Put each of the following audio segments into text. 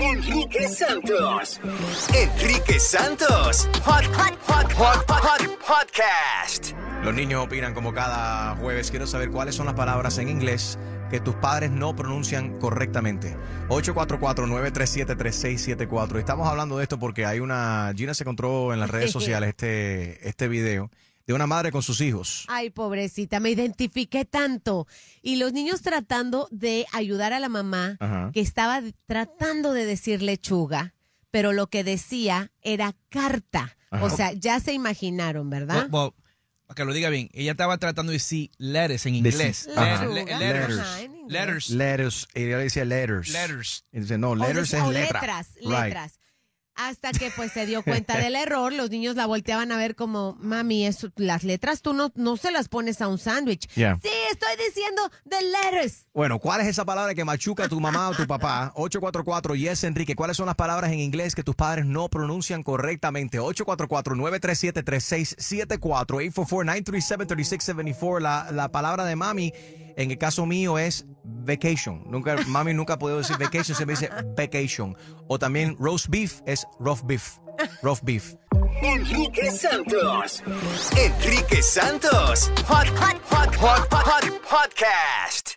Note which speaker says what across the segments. Speaker 1: Enrique Santos. Enrique Santos. Hot, hot, hot, hot, hot, hot podcast.
Speaker 2: Los niños opinan como cada jueves. Quiero saber cuáles son las palabras en inglés que tus padres no pronuncian correctamente. 844-937-3674. Estamos hablando de esto porque hay una... Gina se encontró en las redes sociales este, este video de una madre con sus hijos.
Speaker 3: Ay, pobrecita, me identifiqué tanto. Y los niños tratando de ayudar a la mamá
Speaker 2: Ajá.
Speaker 3: que estaba de- tratando de decir lechuga, pero lo que decía era carta. O
Speaker 4: Ajá.
Speaker 3: sea, ya se imaginaron, ¿verdad?
Speaker 4: Well, well, para que lo diga bien, ella estaba tratando de decir letters en inglés.
Speaker 3: Decir-
Speaker 4: Le-
Speaker 3: Ajá.
Speaker 4: le-
Speaker 3: Lechuga,
Speaker 4: letters.
Speaker 3: ajá, en inglés.
Speaker 4: Letters.
Speaker 2: Letters. Y ella decía letters.
Speaker 4: Letters.
Speaker 2: Y dice, no,
Speaker 3: O
Speaker 2: letters
Speaker 3: de-
Speaker 2: es
Speaker 3: o
Speaker 2: letra.
Speaker 3: letras,
Speaker 2: Right.
Speaker 3: letras. Hasta que pues se dio cuenta del error, los niños la volteaban a ver como, mami, eso, las letras tú no, no se las pones a un sándwich.
Speaker 2: Yeah.
Speaker 3: Sí, estoy diciendo the letters.
Speaker 2: Bueno, ¿cuál es esa palabra que machuca a tu mamá o tu papá? 844 Yes Enrique, ¿cuáles son las palabras en inglés que tus padres no pronuncian correctamente? 844-937-3674, 844-937-3674. La, la palabra de mami, en el caso mío, es vacation. Nunca, mami nunca ha podido decir vacation, se me dice vacation. O también roast beef es rough beef. Rough beef.
Speaker 1: Enrique Santos. Enrique Santos. Hot, hot, hot, hot, hot, hot podcast.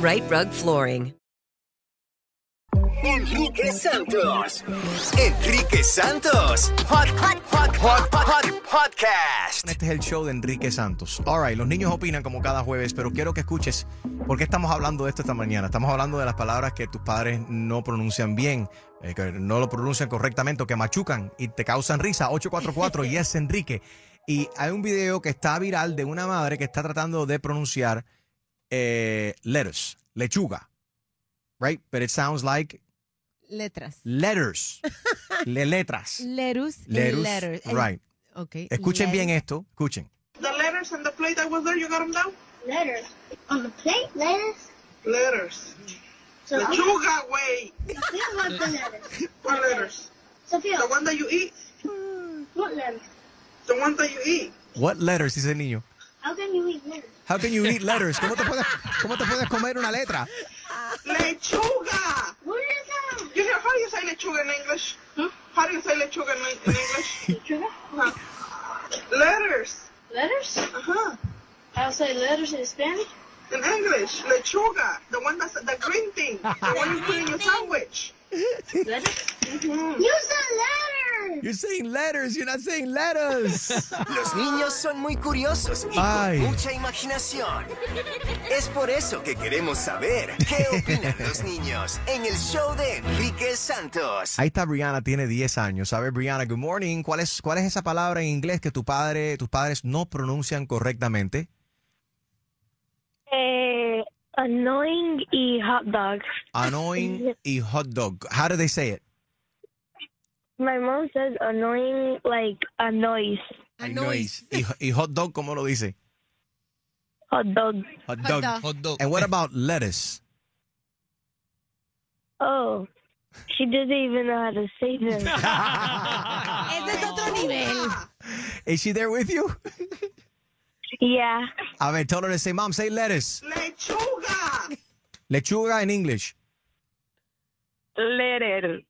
Speaker 5: Right Rug Flooring.
Speaker 1: Enrique Santos. Enrique Santos. Hot, hot, hot, hot, hot, hot podcast.
Speaker 2: Este es el show de Enrique Santos. All right, los niños opinan como cada jueves, pero quiero que escuches por qué estamos hablando de esto esta mañana. Estamos hablando de las palabras que tus padres no pronuncian bien, eh, que no lo pronuncian correctamente o que machucan y te causan risa. 844 y es Enrique. Y hay un video que está viral de una madre que está tratando de pronunciar eh, lettuce, lechuga, right? But it sounds like
Speaker 3: Letras.
Speaker 2: letters, le letras.
Speaker 3: Lerus. y
Speaker 2: Letters,
Speaker 3: letter. Eh,
Speaker 2: right.
Speaker 3: Ok.
Speaker 2: Escuchen bien
Speaker 3: letter.
Speaker 2: esto, escuchen.
Speaker 6: The letters on the plate that was there, you got them down? Letters. On the plate? Letters. Letters.
Speaker 7: So-
Speaker 6: Lechuga, way.
Speaker 7: want the letters.
Speaker 6: What letters?
Speaker 7: Sophia.
Speaker 6: The one that you eat?
Speaker 7: What letters?
Speaker 6: The one that you eat?
Speaker 2: What letters dice el niño?
Speaker 7: How can you eat letters?
Speaker 2: How can you eat letters? ¿Cómo te puedes, cómo te puedes comer una letra?
Speaker 6: Lechuga!
Speaker 7: What is
Speaker 6: You hear, how do you say lechuga in English? How do you say lechuga in, in English?
Speaker 7: that? Sugar?
Speaker 6: letters.
Speaker 7: Letters?
Speaker 6: Uh-huh.
Speaker 7: I'll say letters in Spanish.
Speaker 6: In English, lechuga. The one that's the green thing. The one you put in your sandwich.
Speaker 7: Letters?
Speaker 6: Mhm.
Speaker 7: Use the letters!
Speaker 2: You're saying letters, you're not saying letters.
Speaker 1: Los niños son muy curiosos y
Speaker 2: Ay.
Speaker 1: con mucha imaginación. Es por eso que queremos saber qué opinan los niños en el show de Enrique Santos.
Speaker 2: Ahí está Brianna, tiene 10 años. ¿Sabes, Brianna? Good morning. ¿Cuál es, ¿Cuál es esa palabra en inglés que tu padre, tus padres no pronuncian correctamente?
Speaker 8: Eh, annoying y hot dog.
Speaker 2: Annoying y hot dog. How do they say it?
Speaker 8: My mom says annoying like a noise.
Speaker 2: Annoys. Y, y hot dog, ¿cómo lo dice?
Speaker 8: Hot dog.
Speaker 2: Hot
Speaker 8: Hot dog.
Speaker 4: Hot dog.
Speaker 2: And what about lettuce?
Speaker 8: Oh, she doesn't even know how to say them.
Speaker 3: Ese es otro nivel.
Speaker 2: Is she there with you?
Speaker 8: yeah.
Speaker 2: A ver, tell her to say, Mom, say lettuce.
Speaker 6: Lechuga!
Speaker 2: Lechuga in English.
Speaker 8: Letter.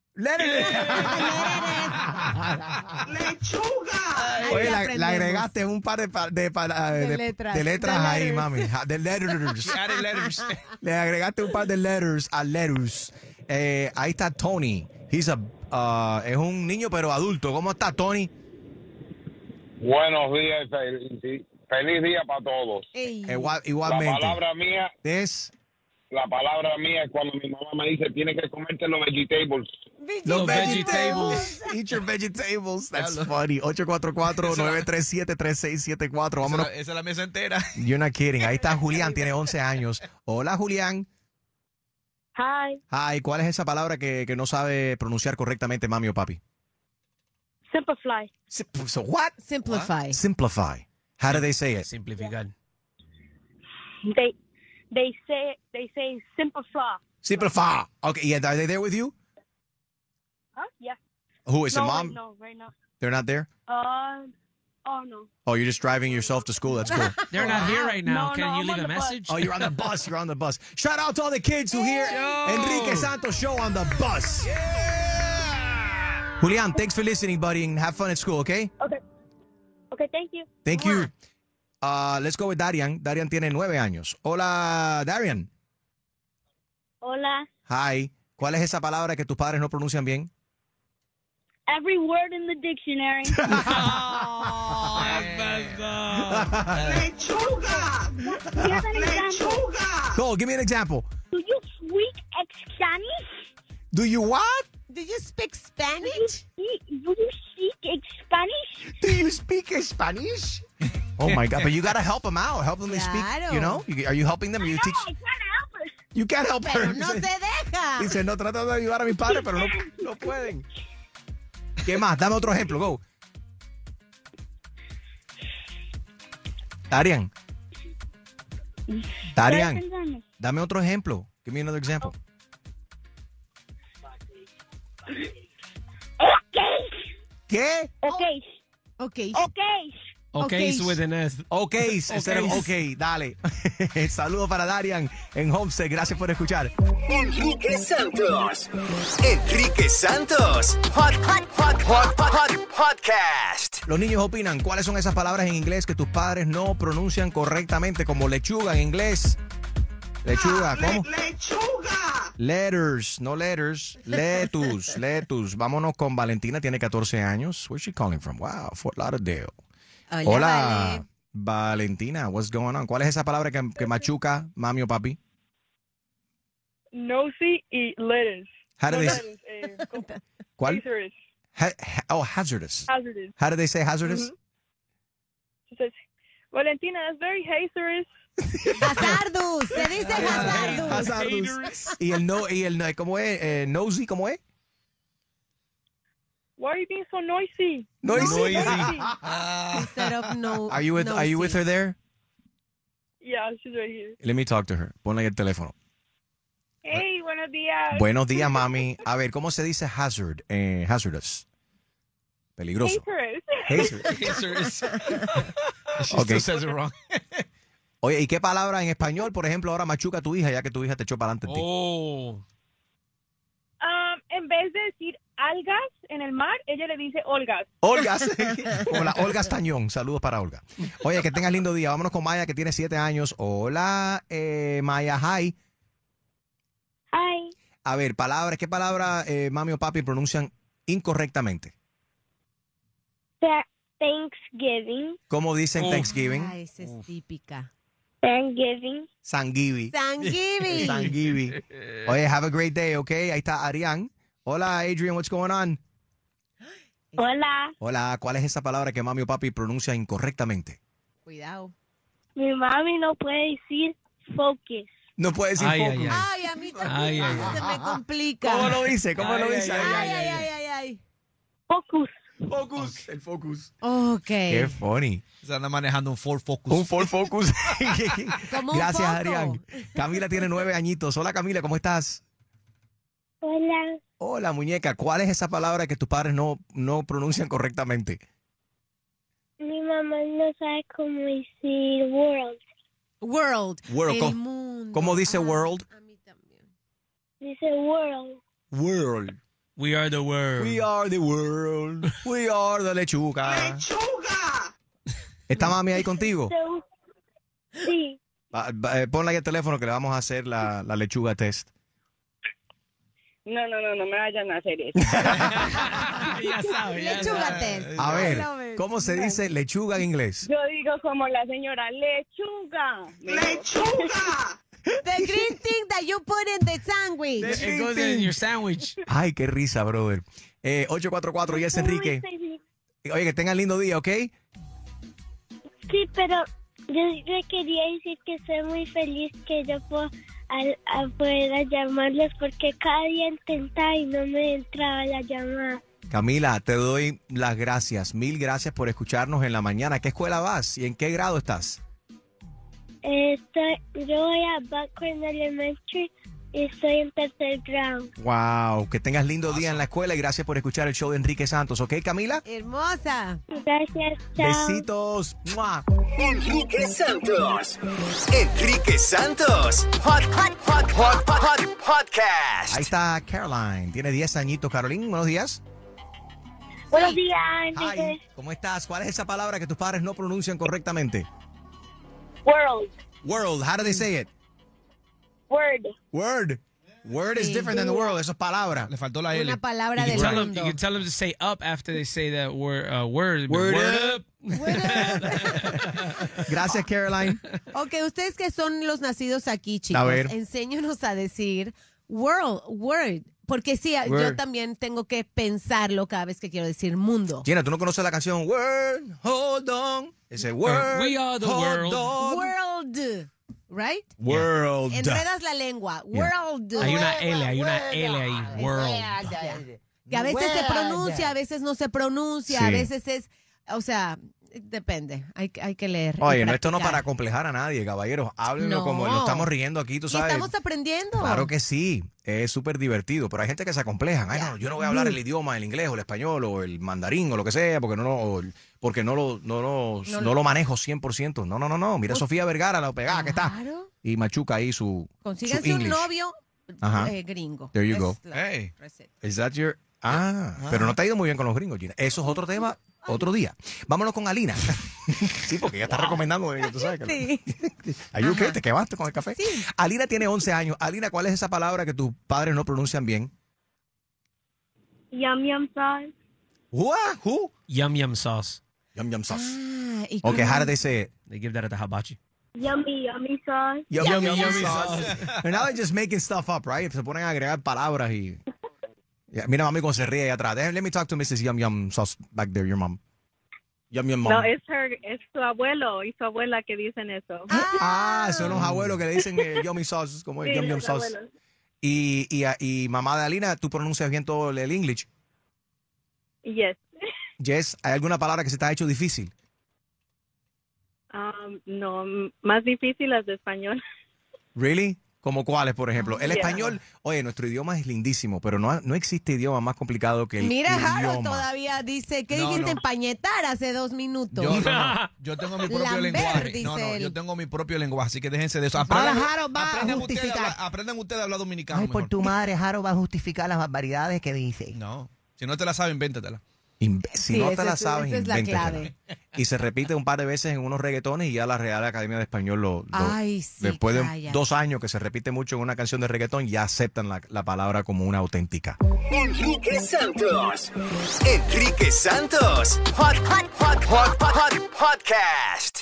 Speaker 6: Lechuga!
Speaker 3: Ahí
Speaker 2: Oye, la, la
Speaker 3: aprendemos.
Speaker 2: agregaste un par de, pa- de, pa- de- de
Speaker 3: letras.
Speaker 2: letras
Speaker 3: De
Speaker 2: ahí,
Speaker 3: letters.
Speaker 2: mami. Ja, De letters.
Speaker 4: Added letters.
Speaker 2: Le agregaste un par de letters a letters. Eh, ahí está Tony. He's a, ah, es un niño pero adulto. ¿Cómo está Tony?
Speaker 9: Buenos días, feliz, feliz día para todos.
Speaker 3: Ey.
Speaker 2: Eh, Igual,
Speaker 9: La
Speaker 2: igualmente.
Speaker 9: palabra mía,
Speaker 2: Es
Speaker 9: la palabra mía es cuando mi mamá me dice tiene que comerte los vegetables.
Speaker 2: los vegetables.
Speaker 4: vegetables.
Speaker 2: Eat your vegetables. That's funny. 844-937-3674.
Speaker 4: Esa,
Speaker 2: Vámonos.
Speaker 4: esa es la mesa entera.
Speaker 2: You're not kidding. Ahí está Julián, tiene 11 años. Hola, Julián.
Speaker 8: Hi.
Speaker 2: Ay, Ah, ¿cuál es esa palabra que, que no sabe pronunciar correctamente mami o papi?
Speaker 8: Simplify.
Speaker 2: Sim- So what?
Speaker 3: Simplify.
Speaker 2: Simplify. How do they say it?
Speaker 4: Simplificar.
Speaker 8: They they say they say simplify.
Speaker 2: Simplify. Okay, yeah, are they there with you?
Speaker 8: Huh? Yeah.
Speaker 2: Who is
Speaker 8: no,
Speaker 2: it,
Speaker 8: right
Speaker 2: mom?
Speaker 8: now, Um, right now.
Speaker 2: They're not there?
Speaker 7: Uh, oh no.
Speaker 2: Oh, you're just driving yourself to school. That's cool.
Speaker 7: They're not here right now. No, Can no, you I'm leave on a the bus.
Speaker 4: message?
Speaker 2: Oh, you're on the bus. You're on the bus. Shout out to all the kids who hear Enrique Santos show on the bus. Julian, thanks for listening, buddy, and have fun at school, okay?
Speaker 8: Okay. Okay, thank you.
Speaker 2: Thank you. Uh, let's go with Darian. Darian tiene nueve años. Hola, Darian.
Speaker 8: Hola.
Speaker 2: Hi. ¿Cuál es esa palabra que tus padres no pronuncian bien?
Speaker 8: Every word in the dictionary. Here's an example.
Speaker 2: Cole, give me an example.
Speaker 8: Do you speak Spanish?
Speaker 2: Do you what?
Speaker 8: Do you speak Spanish? Do you speak Spanish?
Speaker 2: Do you speak Spanish? Oh my God! But you gotta help them out. Help them to speak.
Speaker 8: Claro.
Speaker 2: You know? You- are you helping them? You teach. You can't help her.
Speaker 3: Pero no te
Speaker 2: Dice-
Speaker 3: deja.
Speaker 2: Dice, no trato de ayudar a mis padres, pero no, no pueden. ¿Qué más? Dame otro ejemplo, go. Darian. Darian, dame otro ejemplo. Give me another example. ¿Qué?
Speaker 8: Okay.
Speaker 3: Okay.
Speaker 8: Okay.
Speaker 2: Okay, with an S. Okay, instead of okay, dale. Saludos para Darian en Homestead. Gracias por escuchar.
Speaker 1: Enrique Santos. Enrique Santos. Hot, hot, hot, hot, hot, hot podcast.
Speaker 2: Los niños opinan cuáles son esas palabras en inglés que tus padres no pronuncian correctamente, como lechuga en inglés. Lechuga, ¿cómo? Letters, no letters. Letus, letus. Vámonos con Valentina, tiene 14 años. Where's she calling from? Wow, Fort Lauderdale. Oh,
Speaker 10: Hola, Vale.
Speaker 2: Valentina, what's going on? ¿Cuál es esa palabra que, que machuca, mami o papi?
Speaker 11: Nosy y lettuce.
Speaker 2: How do
Speaker 11: No
Speaker 2: they-
Speaker 11: lettuce, eh, ¿cómo?
Speaker 2: ¿Cuál?
Speaker 11: Hazardous.
Speaker 2: Ha- ha- oh, hazardous.
Speaker 11: Hazardous.
Speaker 2: How do they say hazardous?
Speaker 11: Mhm. She says, Valentina, that's very hazardous.
Speaker 3: Hazardus. Se dice
Speaker 11: Mm-hmm.
Speaker 3: hazardus.
Speaker 2: Hazardous. Y el no, y el no, ¿cómo es? Eh, nosy, ¿cómo es?
Speaker 11: Why are you being so noisy?
Speaker 2: Noisy.
Speaker 11: Instead of no.
Speaker 2: Are you with Are you with her there?
Speaker 11: Yeah, she's right here.
Speaker 2: Let me talk to her. Ponle el teléfono.
Speaker 11: Hey, buenos días.
Speaker 2: Buenos días, mami. A ver, ¿cómo se dice hazard? Eh, hazardous. Peligroso.
Speaker 11: Hazardous.
Speaker 2: Hazardous.
Speaker 4: She
Speaker 2: Okay.
Speaker 4: still says it wrong.
Speaker 2: Oye, ¿y qué palabra en español, por ejemplo, ahora machuca a tu hija, ya que tu hija te echó para adelante?
Speaker 4: Oh.
Speaker 8: Ah,
Speaker 11: Um, en vez de decir algas en el mar, ella le dice olgas.
Speaker 4: Oh.
Speaker 2: Olga. Hola, Olga Estañón. Saludos para Olga. Oye, que tengas lindo día. Vámonos con Maya, que tiene siete años. Hola, eh, Maya. Hi.
Speaker 8: Hi.
Speaker 2: A ver, palabras. ¿Qué palabra eh, mami o papi pronuncian incorrectamente?
Speaker 8: Tha- Thanksgiving.
Speaker 2: ¿Cómo dicen Thanksgiving?
Speaker 3: Ah, esa es típica.
Speaker 8: Thanksgiving.
Speaker 2: Sangivi.
Speaker 3: Thanksgiving.
Speaker 2: Sangivi. Oye, have a great day, ¿ok? Ahí está Arián. Hola, Adrian, what's going on?
Speaker 8: Hola.
Speaker 2: Hola, ¿cuál es esa palabra que mami o papi pronuncia incorrectamente?
Speaker 3: Cuidado.
Speaker 8: Mi mami no puede decir focus.
Speaker 2: No puede decir
Speaker 4: Ay, ay,
Speaker 2: focus.
Speaker 3: Ay, a mí también
Speaker 2: Ay, ay,
Speaker 3: se me complica.
Speaker 2: ¿Cómo lo dice? ¿Cómo
Speaker 3: ay,
Speaker 2: lo dice?
Speaker 3: Ay, ay, ay, ay, ay.
Speaker 8: Focus.
Speaker 2: Focus. El focus.
Speaker 3: Ok.
Speaker 2: Qué funny.
Speaker 4: Se anda manejando un Ford Focus.
Speaker 2: Un Ford Focus.
Speaker 3: Como un
Speaker 2: Gracias,
Speaker 3: foco.
Speaker 2: Arián. Camila tiene nueve añitos. Hola, Camila, ¿cómo estás?
Speaker 8: Hola.
Speaker 2: Hola, muñeca. ¿Cuál es esa palabra que tus padres no, no pronuncian correctamente?
Speaker 8: Mi mamá no sabe cómo decir world.
Speaker 3: World.
Speaker 2: World,
Speaker 3: El
Speaker 2: ¿cómo?
Speaker 3: mundo.
Speaker 2: ¿Cómo dice world?
Speaker 8: Dice world.
Speaker 2: World.
Speaker 4: We are the world.
Speaker 2: We are the world. We are the lechuga. ¿Está mami ahí contigo?
Speaker 8: So- sí.
Speaker 2: Va- va- eh, Ponle ahí el teléfono que le vamos a hacer la, la lechuga test.
Speaker 11: No, no, no, no me vayan a hacer eso.
Speaker 4: ya sabe, ya
Speaker 3: Lechúgate.
Speaker 2: A ver, ¿cómo se dice lechuga en inglés?
Speaker 11: Yo digo como la señora, lechuga. Lechuga.
Speaker 3: The green thing that you put in the sandwich.
Speaker 4: It goes in your sandwich.
Speaker 2: Ay, qué risa, brother. Eh, 844 y es Enrique. Oye, que tengan lindo día, ¿ok?
Speaker 8: Sí, pero yo le quería decir que estoy muy feliz que yo puedo al- a poder llamarles porque cada día intentaba y no me entraba la llamada.
Speaker 2: Camila, te doy las gracias. Mil gracias por escucharnos en la mañana. ¿A qué escuela vas y en qué grado estás?
Speaker 8: Eh, Estoy, yo voy a Backward Elementary Estoy en tercer grado.
Speaker 2: Wow, que tengas lindo día en la escuela y gracias por escuchar el show de Enrique Santos, ¿ok, Camila?
Speaker 3: Hermosa.
Speaker 8: Gracias, chao.
Speaker 2: Besitos. ¡Mua!
Speaker 1: Enrique Santos. Enrique Santos. Hot, hot, hot, hot, hot, hot podcast.
Speaker 2: Ahí está Caroline, tiene 10 añitos. Caroline, buenos días.
Speaker 8: Buenos días,
Speaker 2: Hi,
Speaker 8: Enrique.
Speaker 2: ¿cómo estás? ¿Cuál es esa palabra que tus padres no pronuncian correctamente?
Speaker 8: World.
Speaker 2: World, how do they say it?
Speaker 8: Word.
Speaker 2: Word. Word is different than the world, eso es palabra.
Speaker 4: Le faltó la L.
Speaker 3: Una palabra
Speaker 4: you,
Speaker 3: del
Speaker 4: can tell them,
Speaker 3: mundo.
Speaker 4: you can tell them to say up after they say that word. Uh, word.
Speaker 2: Word
Speaker 4: up.
Speaker 2: Gracias, Caroline.
Speaker 3: Ok, ustedes que son los nacidos aquí, chicos,
Speaker 2: A ver.
Speaker 3: enséñenos a decir world, word. Porque sí, a- yo
Speaker 2: Word.
Speaker 3: también tengo que pensarlo cada vez que quiero decir mundo.
Speaker 2: Gina, ¿tú no conoces la canción Word, Hold On? Ese Word,
Speaker 4: We are the
Speaker 2: hold
Speaker 4: world.
Speaker 2: on.
Speaker 3: World, right?
Speaker 2: World.
Speaker 3: Enredas la lengua. World.
Speaker 4: Hay una L, hay una L ahí. World.
Speaker 3: Que a veces se pronuncia, a veces no se pronuncia, a
Speaker 2: Sí.
Speaker 3: veces es, o sea, depende. Hay, hay que leer. y
Speaker 2: Oye, no, esto no es
Speaker 3: practicar.
Speaker 2: para complejar a nadie, caballeros. Háblenlo
Speaker 3: No.
Speaker 2: como lo estamos riendo aquí, tú
Speaker 3: Y
Speaker 2: sabes.
Speaker 3: estamos aprendiendo.
Speaker 2: Claro que sí, es súper divertido, pero hay gente que se acompleja. Ay, no, yo no voy a hablar
Speaker 3: Mm.
Speaker 2: el idioma, el inglés o el español o el mandarín o lo que sea, porque no, lo- o el- porque no, lo, no, lo,
Speaker 3: No
Speaker 2: no,
Speaker 3: lo-
Speaker 2: lo manejo 100%. No, no, no, no. Mira, Sofía Vergara, la pegada que está.
Speaker 3: Claro.
Speaker 2: Y machuca ahí su, su
Speaker 3: Consíganse un
Speaker 2: English.
Speaker 3: novio
Speaker 2: Ajá.
Speaker 3: eh, gringo.
Speaker 2: There you
Speaker 3: Es
Speaker 2: go.
Speaker 3: la
Speaker 4: Hey.
Speaker 3: receta.
Speaker 2: Is that your- Ah, pero no te ha ido muy bien con los gringos, Gina. Eso es otro tema, otro día. Vámonos con Alina. sí, porque ella está recomendando, eh, tú sabes que-
Speaker 3: Sí.
Speaker 2: Are you okay? ¿Te quemaste con el café? Alina tiene 11 años. Alina, ¿cuál es esa palabra que tus padres no pronuncian bien?
Speaker 7: Yum yum sauce.
Speaker 2: Who? Who?
Speaker 4: Yum yum sauce.
Speaker 2: Yum yum sauce.
Speaker 3: Ah, ¿y
Speaker 2: Okay,
Speaker 3: cómo?
Speaker 2: how do they say it?
Speaker 4: They give that at the hibachi.
Speaker 7: Yummy yummy sauce.
Speaker 2: Yum
Speaker 4: Yummy, yummy sauce.
Speaker 2: And now they're just making stuff up, right? Se ponen a agregar palabras y... Yeah, mira, mami, cómo se ríe ahí atrás. Let let me talk to Mrs. Yum Yum Sauce back there, your mom. Yum Yum Mom.
Speaker 11: No, es, her- es su abuelo y su abuela que dicen eso.
Speaker 2: Ah, son los abuelos que le dicen eh, Yummy Sauce, como
Speaker 11: Sí,
Speaker 2: Yum Yum
Speaker 11: los
Speaker 2: Sauce.
Speaker 11: abuelos.
Speaker 2: Y, y, ah, y mamá de Alina, ¿tú pronuncias bien todo el English?
Speaker 11: Yes.
Speaker 2: Yes, ¿hay alguna palabra que se te ha hecho difícil?
Speaker 11: Um, no, m- más difícil las de español.
Speaker 2: ¿Really? ¿Como cuáles, por ejemplo? El
Speaker 11: Yeah.
Speaker 2: español, oye, nuestro idioma es lindísimo, pero no, no existe idioma más complicado que el
Speaker 3: Mira, Harold
Speaker 2: idioma.
Speaker 3: todavía dice, ¿qué
Speaker 4: No,
Speaker 3: dijiste
Speaker 4: no.
Speaker 3: empañetar hace dos minutos?
Speaker 4: Yo, no, no. yo tengo mi propio
Speaker 3: Lambert,
Speaker 4: lenguaje. No,
Speaker 3: dice
Speaker 4: no,
Speaker 3: él.
Speaker 4: yo tengo mi propio lenguaje, así que déjense de eso.
Speaker 12: Ahora
Speaker 4: Aprendan,
Speaker 12: Harold va a
Speaker 4: aprendan ustedes a
Speaker 12: justificar.
Speaker 4: hablar, aprendan ustedes a hablar dominicano.
Speaker 12: Ay, por
Speaker 4: mejor.
Speaker 12: tu madre, Harold va a justificar las barbaridades que dice.
Speaker 4: No, si no te la saben, véntatela.
Speaker 2: Imbécil,
Speaker 12: Sí,
Speaker 2: no
Speaker 12: esa
Speaker 2: te la
Speaker 12: es-
Speaker 2: sabes,
Speaker 12: esa es la
Speaker 2: invéntatela.
Speaker 12: clave.
Speaker 2: Y se repite un par de veces en unos reggaetones y ya la Real Academia de Español lo... lo-
Speaker 3: Ay, sí,
Speaker 2: después de
Speaker 3: calla.
Speaker 2: dos años que se repite mucho en una canción de reggaetón, ya aceptan la, la palabra como una auténtica.
Speaker 1: Enrique Santos. Enrique Santos. Hot, hot, hot, hot, hot, hot podcast.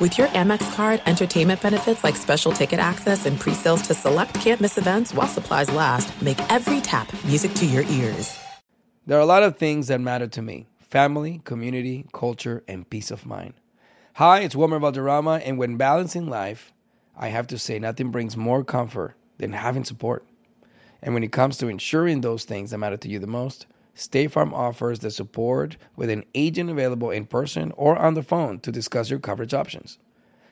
Speaker 13: With your Amex card, entertainment benefits like special ticket access and pre-sales to select can't-miss events while supplies last make every tap music to your ears.
Speaker 14: There are a lot of things that matter to me family, community, culture, and peace of mind. Hi, it's Wilmer Valderrama, and when balancing life, I have to say nothing brings more comfort than having support. And when it comes to ensuring those things that matter to you the most, State Farm offers the support with an agent available in person or on the phone to discuss your coverage options.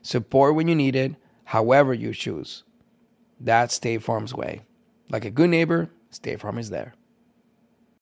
Speaker 14: Support when you need it, however you choose. That's State Farm's way. Like a good neighbor, State Farm is there.